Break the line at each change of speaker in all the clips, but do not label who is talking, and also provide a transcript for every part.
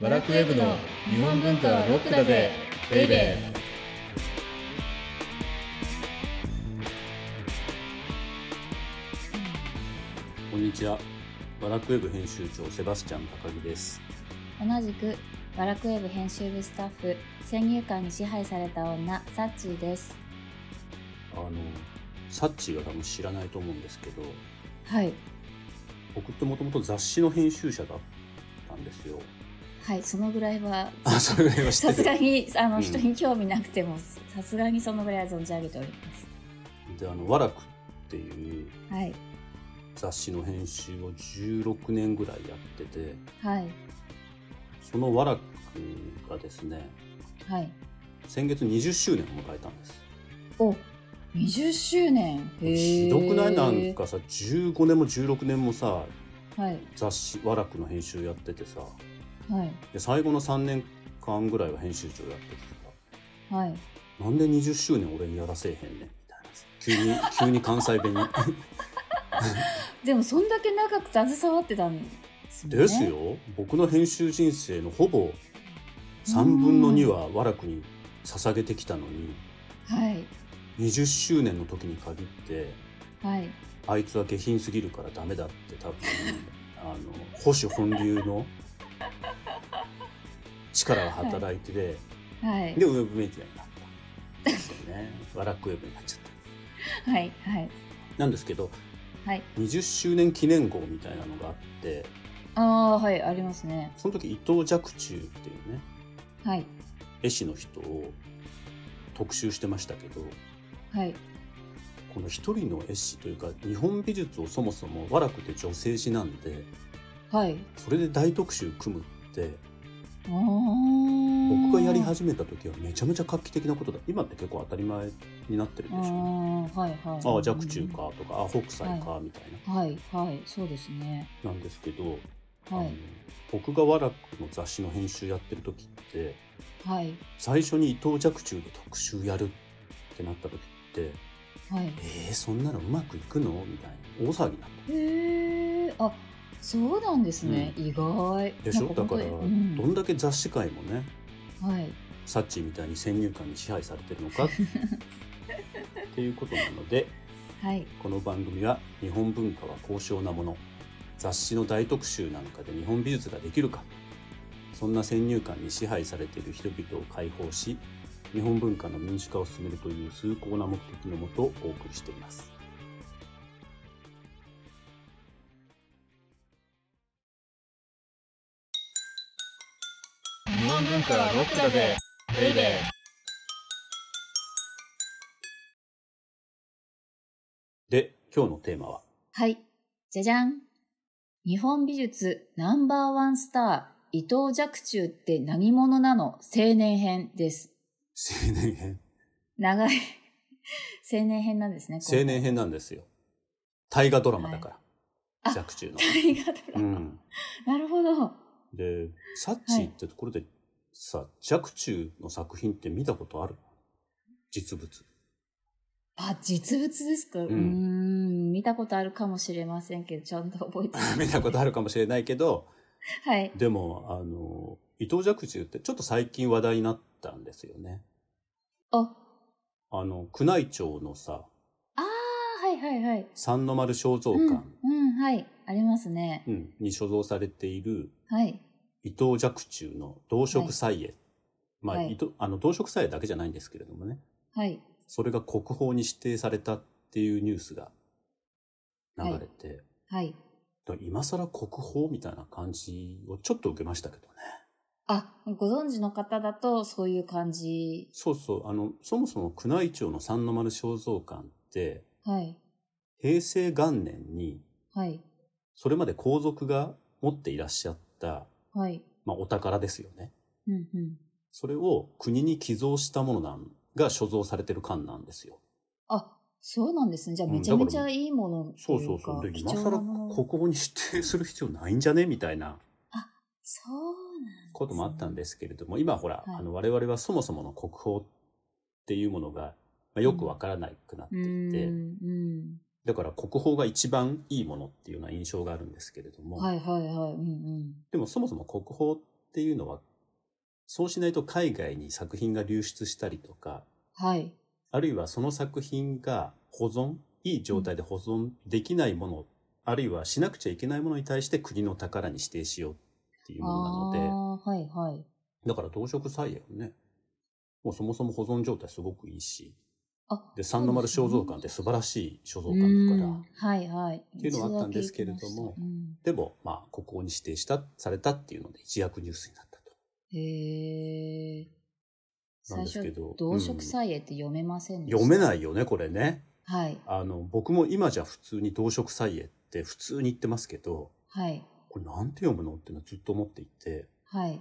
バラクウェブの日本文化はロックだぜベイベー
こんにちは。バラクウェブ編集長セバスチャン高木です。
同じくバラクウェブ編集部スタッフ先入観に支配された女サッチーです
あのサッチーは多分知らないと思うんですけど、
はい
僕ってもともと雑誌の編集者だったんですよ。
はいそのぐらいは
あ、それぐらいは知
さ
って
す
る。
がにあの、
うん
人に興味なくてもさすがにそのぐらいは存じ上げております
で、あのワラクっていう
はい
雑誌の編集を16年ぐらいやってて、
はい
そのワラクがですね、
はい
先月20周年を迎えたんです。
お20周年へー
ひどくないなんかさ、15年も16年もさ、
はい
雑誌ワラクの編集やっててさ、
はい
で最後の3年間ぐらいは編集長やっててさ
はい
なんで20周年俺にやらせえへんねんみたいなさ急 に急に関西弁に
でもそんだけ長く携わってたんですもんね
ですよ僕の編集人生のほぼ3分の2は和楽に捧げてきたのに
はい
20周年の時に限って
はい
あいつは下品すぎるからダメだって多分あの保守本流の力が働いてて、
はい
でウェブメディアになったんですよね和楽ウェブになっちゃった。
はいはい
なんですけど
はい
20周年記念号みたいなのがあって
ああはいありますね
その時伊藤若冲っていうね
はい
絵師の人を特集してましたけど
はい
この一人の絵師というか日本美術をそもそも和楽で女性誌なんで
はい
それで大特集組むって
僕
僕がやり始めた時はめちゃめちゃ画期的なことだ今って結構当たり前になってるでし
あ
ょ。
ーはいはい
ああ若冲かとかあ北斎かみたい
はいはいそうですね
ななんですけど、あ
は
の
い
僕が和楽の雑誌の編集やってる時って
はい
最初に伊藤若冲で特集やるってなった時って
はい
「えー、そんなのうまくいくの?」みたいな大騒ぎになっ
へえあそうなんですね、意外
たでし
な
ょ
ん
だか
本
ら、
当にう
ど
ん
んだけ雑誌界もね
はい
サッチーみたいに先入観に支配されてるのかっていうことなので
はい
この番組は日本文化は高尚なもの雑誌の大特集なんかで日本美術ができるかそんな先入観に支配されている人々を解放し日本文化の民主化を進めるという崇高な目的のもとお送りしています。
日本文化はロックだぜベイベー
で今日のテーマは
はいじゃじゃん日本美術ナンバーワンスター伊藤若冲って何者なの青年編です
青年編
長い 青年編なんですね
青年編なんですよ大河ドラマだから、
はい あ
若冲の。
大河ドラ
う
マ、
ん、
なるほど
でサッチーってところで、さ若冲の作品って見たことある実物。
あ、実物ですか、うーん、見たことあるかもしれませんけど、ちゃんと覚えて ない。
見たことあるかもしれないけど
はい。
でもあの伊藤若冲ってちょっと最近話題になったんですよね。
あ、あ
あの宮内庁のさ
あー、はいはいはい。
三の丸肖像
うん、
館、
うん、はい。ありますね。
うんに所蔵されている
はい。
伊藤若冲の「動植祭絵」まあ,、
はい
伊藤あの動植祭絵だけじゃないんですけれどもね
はい。
それが国宝に指定されたっていうニュースが流れて、
はい。
だから今更国宝みたいな感じをちょっと受けましたけどね。
あ、ご存知の方だと、そういう感じ。
そうそうあのそもそも宮内庁の三の丸肖像館って
はい。
平成元年に
はい。
それまで皇族が持っていらっしゃった、
はい。
まあ、お宝ですよね
うん、うん。
それを国に寄贈したものなんが所蔵されてる館なんですよ
あ、そうなんですね。じゃあ、
うん
めちゃめち
だか
ゃ
ら
いいものと
そう
い
そう
う
そ
か
う、で
貴
今
重な
更
もの。
国宝に指定する必要ないんじゃねみたいな
そう
こともあったんですけれども今ほら、
はい
あの我々はそもそもの国宝っていうものが、まあ、よくわからなくなって
なん。う
いて、
ん、うん。
だから国宝が一番いいものっていうような印象があるんですけれども、
はいはいはい。うん、うん。
でもそもそも国宝っっていうのは、そうしないと海外に作品が流出したりとか、
はい。
あるいはその作品が保存、いい状態で保存できないもの、あるいはしなくちゃいけないものに対して国の宝に指定しようっていう
あ
ものなので、
あー、はいはい。
だから動植菜園ね、もうそもそも保存状態すごくいいし、
あ、
で、三の丸
そう
肖
ですね
像館って素晴らしい肖像
う
館だから、
ん、はいはい。
っていうのはあったんですけれども
一度だけ行きましたうん
でも、まあ、国宝に指定した、されたっていうので、一躍ニュースになったと。
へえ。
な
最
んですけ
初
ど、
動植菜絵って読めませんでした。
読めないよね、これね。
はい
あの、僕も今じゃ普通に動植菜園って普通に言ってますけど、
はい
これなんて読むのっていうのはずっと思っていて、
はい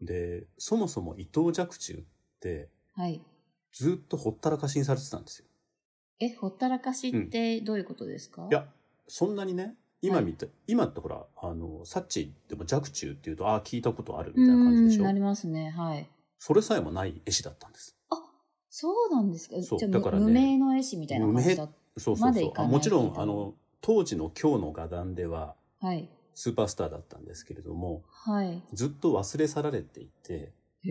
で、そもそも伊藤若冲って、
はい。
ずっとほったらかしにされてたんですよ。
え、ほったらかしってどういうことですか？
いや、そんなにね、今見た、今ってほら、あの、サッチでも若冲っていうと、ああ、聞いたことあるみたいな感じでし
うんなり
ょ。
ますね。はい。
それさえもない絵師だったんです。
そうなんですか。
そう
じゃあ
だからね
無名の絵師みたいな感じだっ
そうそ
ま
う
で
そ。
いうか
あ
ない
もちろ
け
ん、
ど
あの、当時の今日の画壇では、
た。はい
スーパースターだったんですけれども、
はい。
ずっと忘れ去られていて、
へ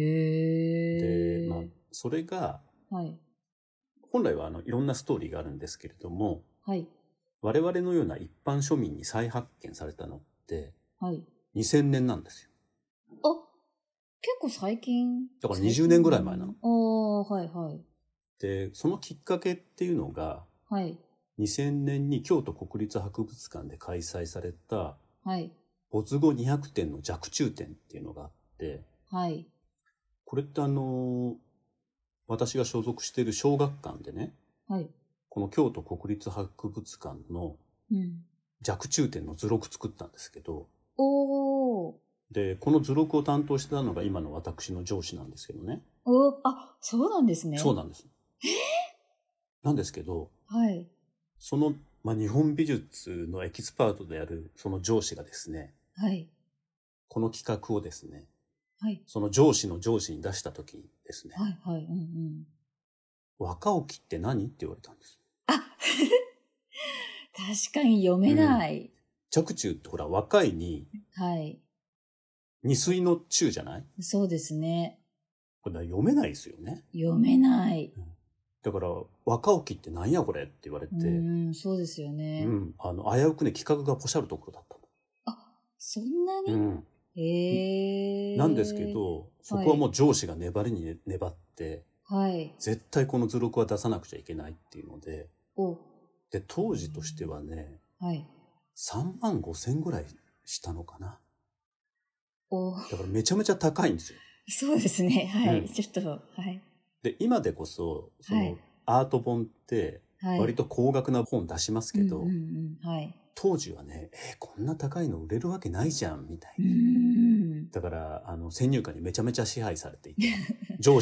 で
え。、
まあ、それが、
はい
本来はあの、いろんなストーリーがあるんですけれども、
はい
我々のような一般庶民に再発見されたのって、
はい。
2000年なんですよ。
あ、結構最近。
だから20年ぐらい前なの。
おーはいはい
で、そのきっかけっていうのが、
はい
2000年に京都国立博物館で開催された、
はい
没後200点の若冲展っていうのがあって、
はい
これってあのー私が所属している小学館でね、
はい。
この京都国立博物館の
うん。
弱中点の図録作ったんですけど、
おー。
で、この図録を担当してたのが今の私の上司なんですけどね。
おーあ、そうなんですね。
そうなんです。なんですけど、
はい。
その、まあ、日本美術のエキスパートであるその上司がですね、
はい。
この企画をですね、
はい。
その上司の上司に出した時にですね、
はい。はい。うんうん。
若起きって何って言われたんです。
確かに読めない。
若冲ってほら、若いに
はい。
二水の中じゃない
そうですね。
これ読めないですよね。
読めない。
だから、若起きってなんやこれって言われて、
う
うん、
ん、そうですよね。
あの、危うくね、企画がポシャるところだった
そんなに、
の。うん。
へえ。
なんですけ。ど、そこはもう上司が粘りにね粘って、
はい。
絶対この図録は出さなくちゃいけないっていうので、
お、
で、当時としてはね、
はい。
3万5千ぐらいしたのかな。
お、
だからめちゃめちゃ高いんですよ。
そうですね。はい。
うん
ちょっと、はい。
で、今でこそ、そ
は
の
い、
アート本って、
はい。
割と高額な本出しますけ
う
ど、
んうんうん、はい。
当時はね、えーこんな高いの売れるわけないじゃん、みたいうな。
ん。
だから、あの、先入観にめちゃめちゃ支配されていて、上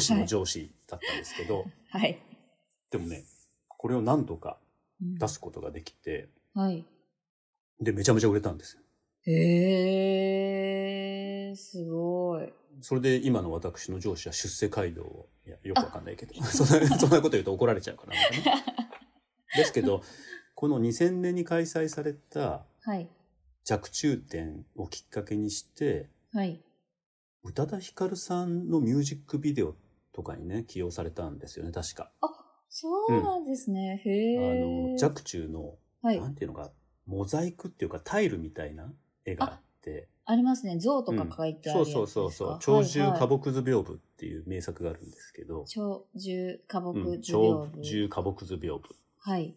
司の上司だったんですけど、
はい。
でもね、これを何度か出すことができて、
うん。はい。
で、めちゃめちゃ売れたんですよ。
へえ、すごい。
それで今の私の上司は出世街道を、いや、よくわかんないけど、そんな、そんなこと言うと怒られちゃうから、ね。です けど、この2000年に開催された
はい。
弱中展をきっかけにして、
はい。
宇多田ヒカルさんのミュージックビデオとかにね、起用されたんですよね、確か。
そうなんですね。
あ
へえ。
の、弱中の、
はい
な。んていうのか、モザイクっていうかタイルみたいな絵があって、
ありますね。像とか書いてある
そ
やつですか、
うそうそうそう、鳥獣花
木。
木図屏風っていう名作があるんですけど、
鳥獣花
う
木
ん
図屏
鳥
風。
獣花木図屏風
はい。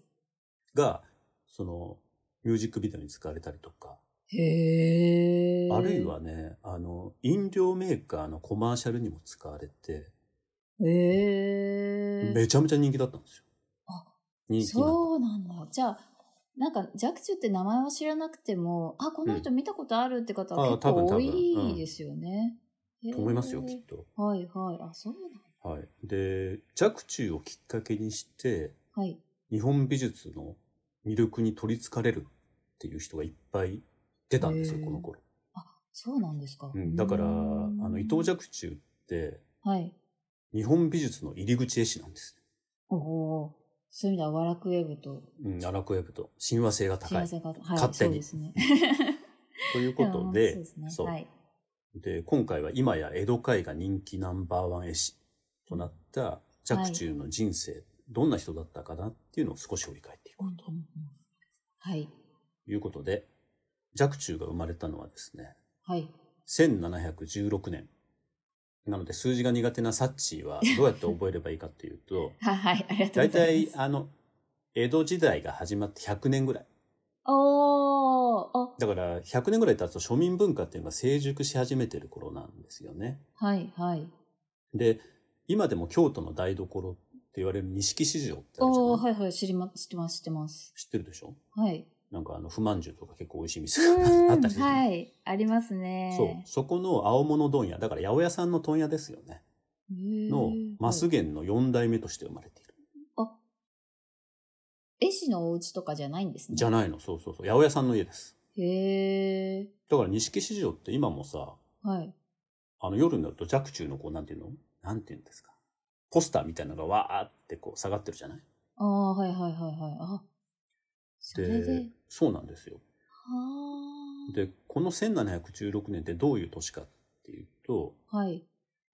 が、その、ミュージックビデオに使われたりとか、
へえ。
あるい。はね、あの、飲料メーカーのコマーシャルにも使われて、
へえ。
めちゃめちゃ人気だったんですよ。
あ
人気な
そうなんだ。じゃあ、なんか、若冲って名前は知らなくても、あ、この人見たことあるって方は
うん
結構
あ多分多分
多いですよね。
と思いますよ、
へえ
きっと。
はいはい。あ、そうなんだ。
はい。で、若冲をきっかけにして、
はい。
日本美術の魅力に取りつかれるっていう人がいっぱい出たんですよ、
へー
この頃。
そうなんですか。
うん、だから、あ
うん
の、伊藤若冲って、
はい。
日本美術の入り口絵師なんです。
おお。そういう意味では、ワラクウェブと、
うん、アラクエブと親和性が高
幸
い。
せが、はい、
勝手に
そうですね。
というこ
い
と
やそう
で
です、ね
そう
はい。
で、今回は今や江戸絵画人気ナンバーワン絵師となった若冲の人生、どんな人だったかなっていうのを少し振り返っていこうと
はい。
いうことで、若冲が生まれたのはですね、
はい。、
1716年。なので数字が苦手なサッチーはどうやって覚えればいいかっていうと
はい。はい。ありがとう
大
ござい
体
ます。
あの、江戸時代が始まって100年ぐらい。
おーお。
だから100年ぐらい経つと庶民文化っていうのが成熟し始めてる頃なんですよね。
はい。はい。
で、今でも京都の台所って言われる錦市場ってあるじゃ
おお
ない
はいはい。知りま、知ってます、知ってます。
知ってるでしょ
はい。
なんかあの、不満獣とか結構美味しい店
う
が
ー
あっ
ん。
たりする。
はい。ありますね。
そう。そこの青物問屋、だから八百屋さんの問屋ですよね。の
の、
増源の4代目として生まれている。
絵師のお家とかじゃないんですね。
じゃないの、そうそうそう。八百屋さんの家です。
へえ。
だから錦市場って今もさ、
はい。
あの夜になると若冲のこう、なんていうのなんていうんですか。ポスターみたいなのがわーってこう下がってるじゃない
ああ、はいはいはいはい。あ、それで。
そうなんですよ。
は
で、この1716年ってどういう年かっていうと、
あ。はい。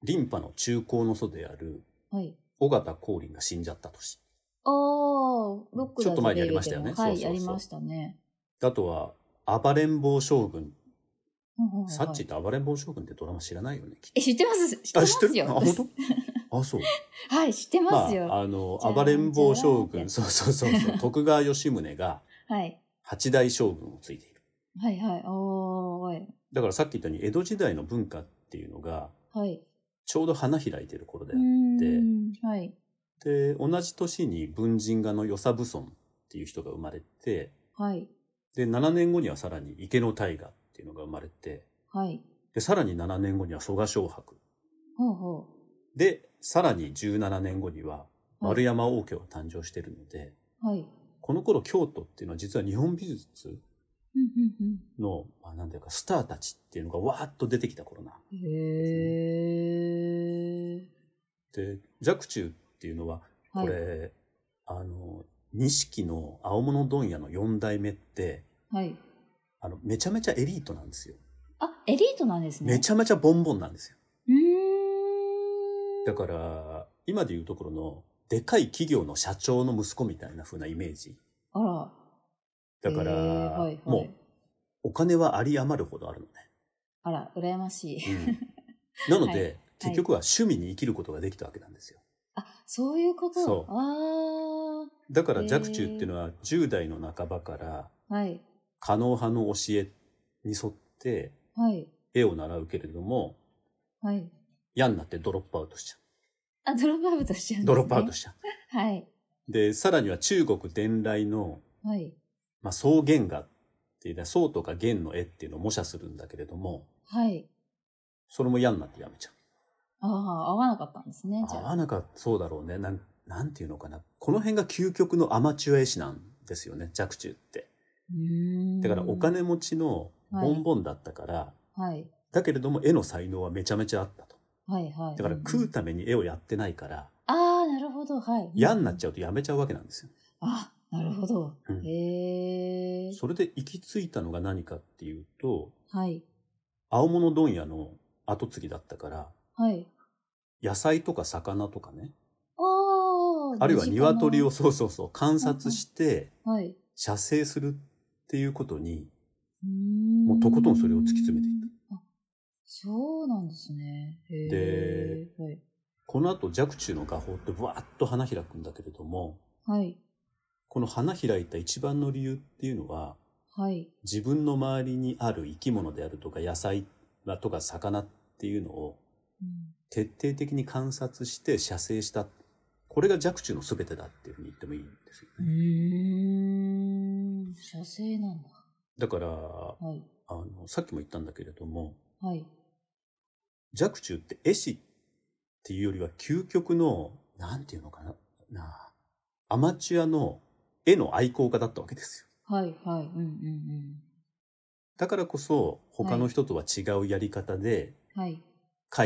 リンパの中高の祖である
はい。
尾形光琳が死んじゃった年。
おー、ロックだぜ
ちょっと前にやりましたよね
ベイベーはい、
そうそうそう
やりましたね。
あとは、暴れん坊将軍。
はいはいはい
サッチって暴れん坊将軍ってドラマ知らないよね、きっと
え、知ってます知ってますよ。
あ、本当？あ、そう。
はい、 知ってますよ。
まあ、あの
じゃ、ん
暴れん坊将
じゃん
軍、そうそうそうそう、徳川吉宗が
はい。
八代将軍を継いでいる。
はいはい。おー、
だからさっき言ったように、江戸時代の文化っていうのが、
はい。はい。
ちょうど花開いてる頃で
うーんはい。
で、同じ年に文人画の与謝武村っていう人が生まれて、
はい。
で、7年後にはさらに池の大河っていうのが生まれて、
はい。
で、さらに7年後には蘇我昌白。
ほうほ
で、さらに17年後には丸山王家が誕生しているので、
う。はい。
この頃京都っていうのは実は日本美術
うんうん
の、まあ、なんていうか、スターたちっていうのがわーっと出てきた頃な。
うん。へー。
で、若冲っていうのは、
は
こ
い。
れ、あの、錦の青物問屋の4代目って、
はい。
あの、めちゃめちゃエリートなんですよ。
あ、エリートなんですね。
めちゃめちゃボンボンなんですよ。
うーん。
だから、今でいうところの、でかい企業の社長の息子みたいな風なイメージ。
あら。
だから、
えーはいはい
もう、お金はあり余るほどあるのね。
あら、羨ましい。
なので、
はい
結局は趣味に生きることができたわけなんですよ。
あ、そういうこと。
そう
あ
だから
へー
若冲っていうのは10代の半ばから
あ。はい。
可能派の教えに沿って
はい。
絵を習うけれども
はい。
嫌になってドロップアウトしちゃ
あ、ドロップアウトしちゃうんです、ね。
う。ドロップアウトしちゃう。
はい。
で、さらには中国伝来の、
はい。
まあ、草原画っていうのは草とか原の絵っていうのを模写するんだけれども、
はい。
それも嫌になってやめちゃう。
ああ、合わなかったんですね、じ
合
ゃ
わ
あ。
なかった、そうだろうね。なん、なんていうのかな。この辺が究極のアマチュア絵師なんですよね、若冲って。
うーん
だからお。金持ちのボンボンだったから、
はい。
だけれども絵の才能はめちゃめちゃあったと。
はい、はい。
だから食
うん
うために絵をやってないから、
ああ、なるほど。はい。
嫌になっ
ゃ
ちゃうとやめちゃうわけなんですよ。
うん。あ、なるほど。
うん
へえ。
それで行き着いたのが何かっていうと、
はい。
青物問屋の後継ぎだったから、
はい。
野菜とか魚とかね、
おー
あるいは鶏。
身
を
近
そうそうそう観察して
なはい。
写生するっていうことに、
も
もうとことんそれを突き詰めてい
た。あそうなんですね。へ
で
ーはい。
この後若冲の画法ってブワーッと花開くんだけれども、
はい。
この花開いた一番の理由っていうのは、
はい。
自分の周りにある生き物であるとか野菜だとか魚っていうのを
うん
徹底的に観察して写生した。これが若冲の全てだっていうふうに言ってもいいんですよ
う
ね。
ーん。写生なんだ。
だから、
はい。
あの、さっきも言ったんだけれども、
はい。
若冲って絵師っていうよりは究極の、なんていうのかな、なあアマチュアの絵の愛好家だったわけですよ。
はい。はい。うんうん
だからこそ、他の人とは違うやり方で
うん。はい。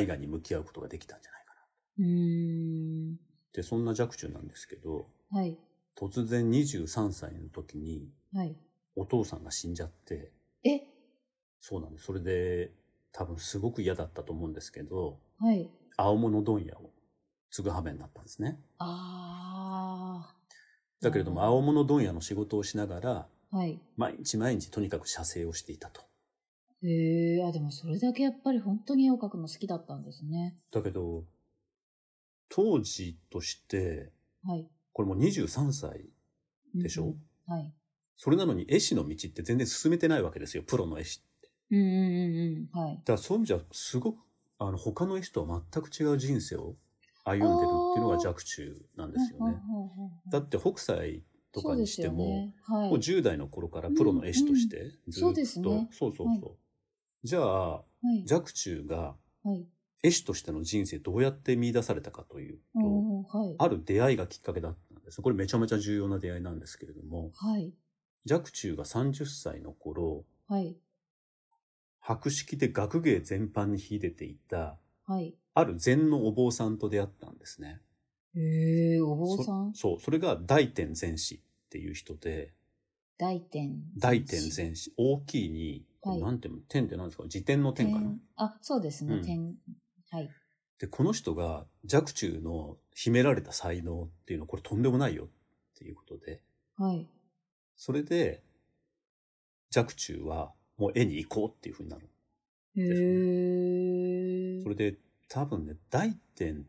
絵画に向き合うことができたんじゃないかな。
うーん。
で、そんな若冲なんですけど、
はい。
突然23歳の時に
はい。
お父さんが死んじゃって、
え
そうなんです。それで、多分すごく嫌だったと思うんですけど
はい。
青物問屋を継ぐ羽目になったんですね
あ
だけれども
うん
青物問屋の仕事をしながら
あ。はい。
毎日毎日とにかく写生をしていたと
へえ、あ、でもそれだけやっぱり本当に絵を描くの好きだったんですね。
だけど当時として
はい。
これもう23歳でしょ、
うんうんはい。
それなのに絵師の道って全然進めてないわけですよプロの絵師って
うんうんうんうん。はい。
だからそういう意味じゃすごくあの他の絵師とは全く違う人生を歩んでるっていうのが若冲なんですよね。
ほうほうほうほう
だって北斎とかにしても、
そうですよね、
も
は
う
い。
10代の頃からプロの絵師としてずっと、
そうですね
そうそうそう、
はい
じゃあ
はい。
若冲が
はい。
絵師としての人生どうやって見出されたかというと、
うんうんはい。
ある出会いがきっかけだったんですこれめちゃめちゃ重要な出会いなんですけれども
はい。
若冲が30歳の頃
はい。
博識で学芸全般に秀でていた
はい。
ある禅のお坊さんと出会ったんですね。
へえ、お坊さん
そそう、それが大天禅師っていう人で、
大天。
大天禅師、大きいに、
はい
なんていうの、天ってなんですか自天の天かな。
天あ、そうです
う
ね。
ん
天。はい。
で、この人が若冲の秘められた才能っていうのはこれとんでもないよっていうことで、
はい。
それで若冲はもう絵に行こうっていうふうになる。
へえ。
それで多分ね、大天っ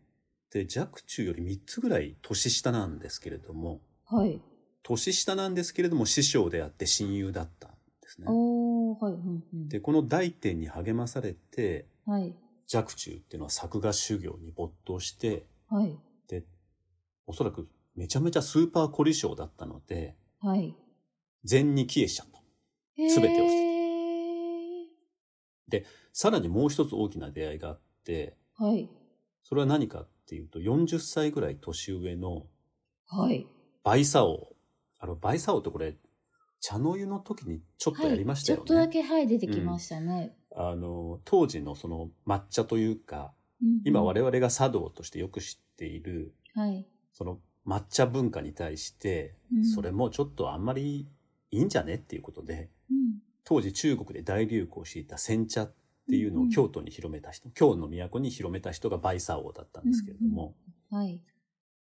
て若冲より3つぐらい年下なんですけれども、
はい。
年下なんですけれども師匠であって親友だったんですね。
おー、はい。うんうん。
でこの大天に励まされて
はい。
若冲っていうのは作画修行に没頭して
はい。
おそらくめちゃめちゃスーパー凝り性だったので
はい。
禅に帰依しちゃった。
へー
全てを捨てさらにもう一つ大きな出会いがあって
はい。
それは何かっていうと40歳ぐらい年上の
はい。
バイサオあのバイサオってこれ茶の湯の時にちょっと
はい。
やりましたよね。
ちょっとだけ、はい、出てきましたね。
あの当時のその抹茶というか今我
々。
々が茶道としてよく知っている
はい。
その抹茶文化に対して
うん
それもちょっとあんまりいいんじゃねっていうことで
うん
当時中国で大流行していた煎茶っていうのを京都に広めた人、京の都に広めた人がバイサオだったんですけれども、
はい。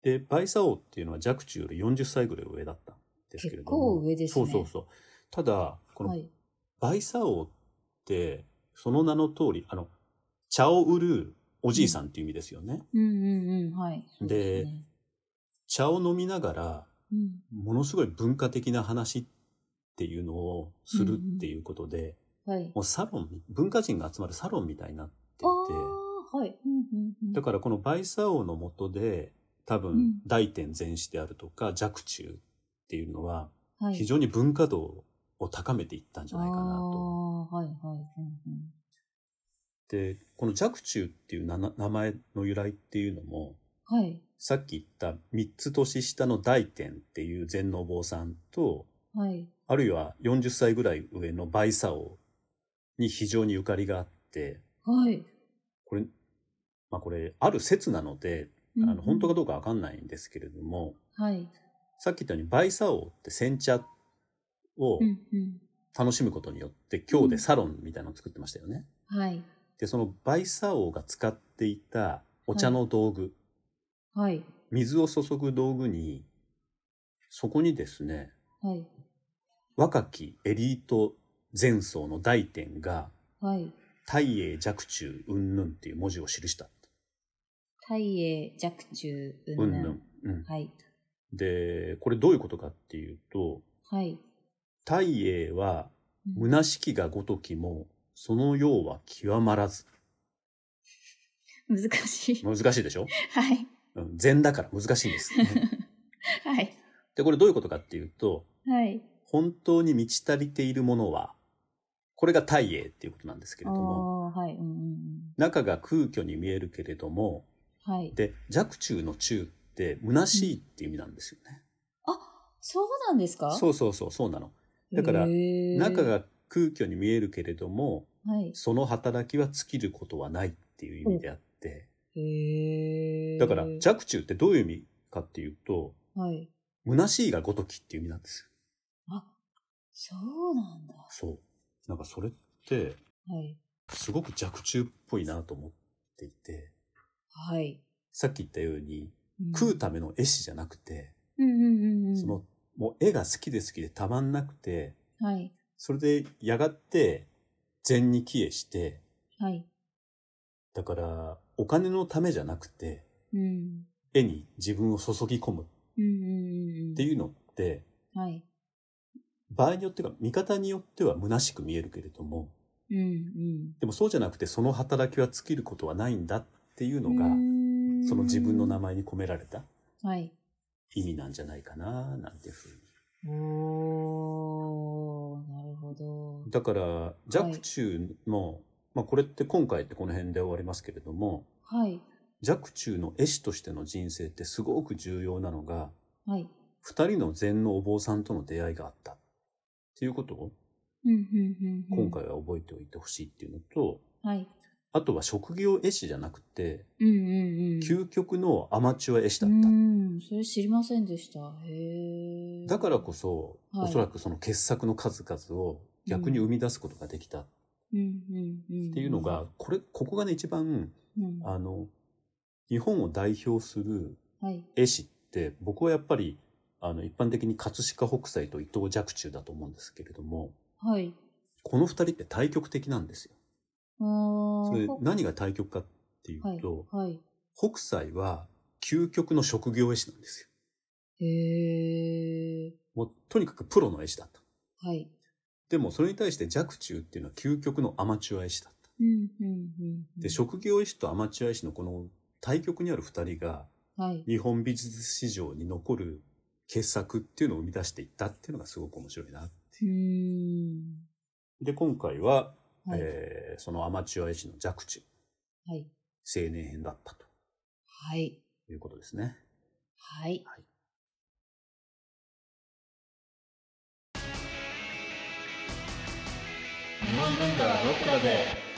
でバイサオっていうのは若冲より40歳ぐらい上だったんですけれ
結
ども
構上ですね
そうそうそうただこ
は
の
い。
バイサオってその名の通りあの茶を売るおじいさんっていう意味ですよね、
うんうんうん。はい。そうすね、
茶を飲みながら
うん。
ものすごい文化的な話っていうのをするっていうことで、
はい。
もうサロン文化人が集まるサロンみたいになってい
あ
て
あ、はい。うんうんうん。
だからこのバイサオのもとで多
うん
分大天禅師であるとか若冲っていうのは
ら
非常に文化度を高めていったんじゃないかなと。
ああ、はいはい。うんうん
でこの若冲っていうなな名前の由来っていうのも
はい。
さっき言った3つ年下の大天っていう禅のお坊さんと
はい。
あるいは40歳ぐらい上のバイサオに非常にゆかりがあって、
はい。
これ、まあこれ、ある説なので、あの本当かどうかわかんないんですけれども、
か。はい。
さっき言ったようにバイサオって煎茶を
うんう
楽しむことによって、今日でサロンみたいなのを作ってましたよね。
ん。はい。
で、そのバイサオが使っていたお茶の道具、
はい。
水を注ぐ道具に、そこにですね、
はい。
若きエリート前奏の大天が、
はい。
太英若冲云々っていう文字を記した。
太英若冲
云
云
々
々。。
うん、
はい。
で、これどういうことかっていうと、
はい。
太英は
うん
虚しきがごときも、そのようは極まらず。
難しい。
難しいでしょ
はい。
うん禅だから難しいんです。
はい。
で、これどういうことかっていうと、
はい。
本当に満ち足りているものは、これが太英っていうことなんですけ
あ
れ
あ
ども、
ー、はい。うんうんうん。
中が空虚に見えるけれども、
はい。
で、若冲の中って虚しいっていう意味なんですよね。
そうなんですか
そうそうそう、そうなの。だから中
中。
が空虚に見えるけれども
はい。
その働きは尽きることはないっていう意味であって
へえ。
だから若冲ってどういう意味かっていうと
はい。
虚しいがごときっていう意味なんですよ
あ、そうなんだ。
そうなんかそれって
はい。
すごく若冲っぽいなと思っていて、
はい。
さっき言ったように、
うん
食うための絵師じゃなくて、
うんうんうんうん。
その、もう絵が好きで好きでたまんなくて、
はい。
それでやがて禅に帰依して、
はい。
だからお金のためじゃなくて、
うん。
絵に自分を注ぎ込むっ
うんうんうん。
て
う
いうのって、
ん。はい。
場合によってか見方によっては虚しく見えるけれども、
うんうん。
でもそうじゃなくてその働きは尽きることはないんだっていうのが、
が
その自分の名前に込められた
はい。
意味なんじゃないかな、なんていうふうに。
おー、なるほど。
だから若冲の、まあこれって今回ってこの辺で終わりますけれども、
はい。
若冲の絵師としての人生ってすごく重要なのが、
はい。
二人の禅のお坊さんとの出会いがあった。っていうことを
うんうんうんうん。
今。回は覚えておいてほしいっていうのと、
はい。
あとは職業絵師じゃなくて、
うんうんうん。
究極のアマチュア絵師だ
う
った。
ん、それ知りませんでした。へえ。
だからこそ、
はい
おそらくその傑作の数々を逆に生み出すことができたっ
うんうんうん。
ていうのが、、これ、ここがね一番、
うん、は
あの、日本を代表する
い。
絵師って、僕はやっぱり、あの、一般的に葛飾北斎と伊藤若冲だと思うんですけれども、
はい。
この二人って対極的なんですよ。
あー
それ
ほ
何が対極かっていう
はい
と、。
はい。
北斎は究極の職業絵師なんですよ。
へえ。
もうとにかくプロの絵師だった。
はい。
でもそれに対して若冲っていうのは究極のアマチュア絵師だった。
うんうんうんうん。
で、職業絵師とアマチュア絵師のこの対極にある二人が
はい。
日本美術史上に残る傑作っていうのを生み出していったっていうのがすごく面白いなって
う
い
ーん。
う。で、今回は、
はい。
えーそのアマチュア絵師の若冲、
はい。
青年編だったと
はい。
いうことですね。
はい。
日本文化はロックだぜ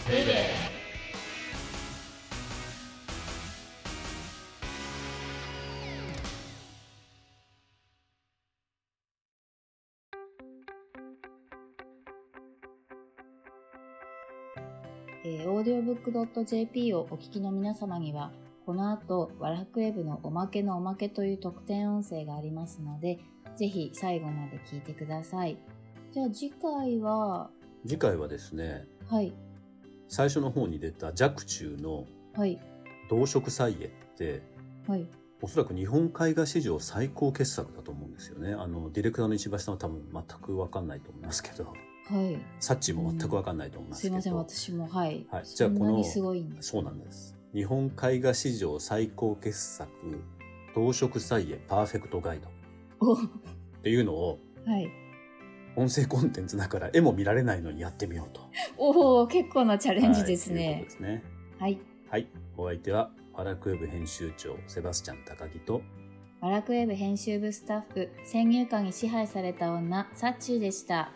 ベイベー
えー、audiobook.jp をお聞きの皆様には、この後、ワラクウェブのおまけのおまけという特典音声がありますので、ぜひ最後まで聞いてください。じゃあ次回は、
次回はですね、
はい、
最初の方に出た若冲の
はい、
動植祭絵って
はい。
おそらく日本絵画史上最高傑作だと思うんですよねあのディレクターの石橋さんは多分全く分かんないと思いますけ ど
はい。
サッチーも全く分かんないと思います
す
け
い
ど、
ません、私も、はい。
はいじ
そ
ゃあ
んな
この
にすごいんです。
そうなんです日本絵画史上最高傑作動植祭絵パーフェクトガイドっ
お、は
ていうのを
い。
音声コンテンツだから絵も見られないのにやってみようと
おお、結構なチャレンジです
はいいう
ね
こ。とですね
はい。
はいお相手はアラクエブ編集長セバスチャン高木と
ワラクウェブ編集部スタッフ、先入観に支配された女、サッチーでした。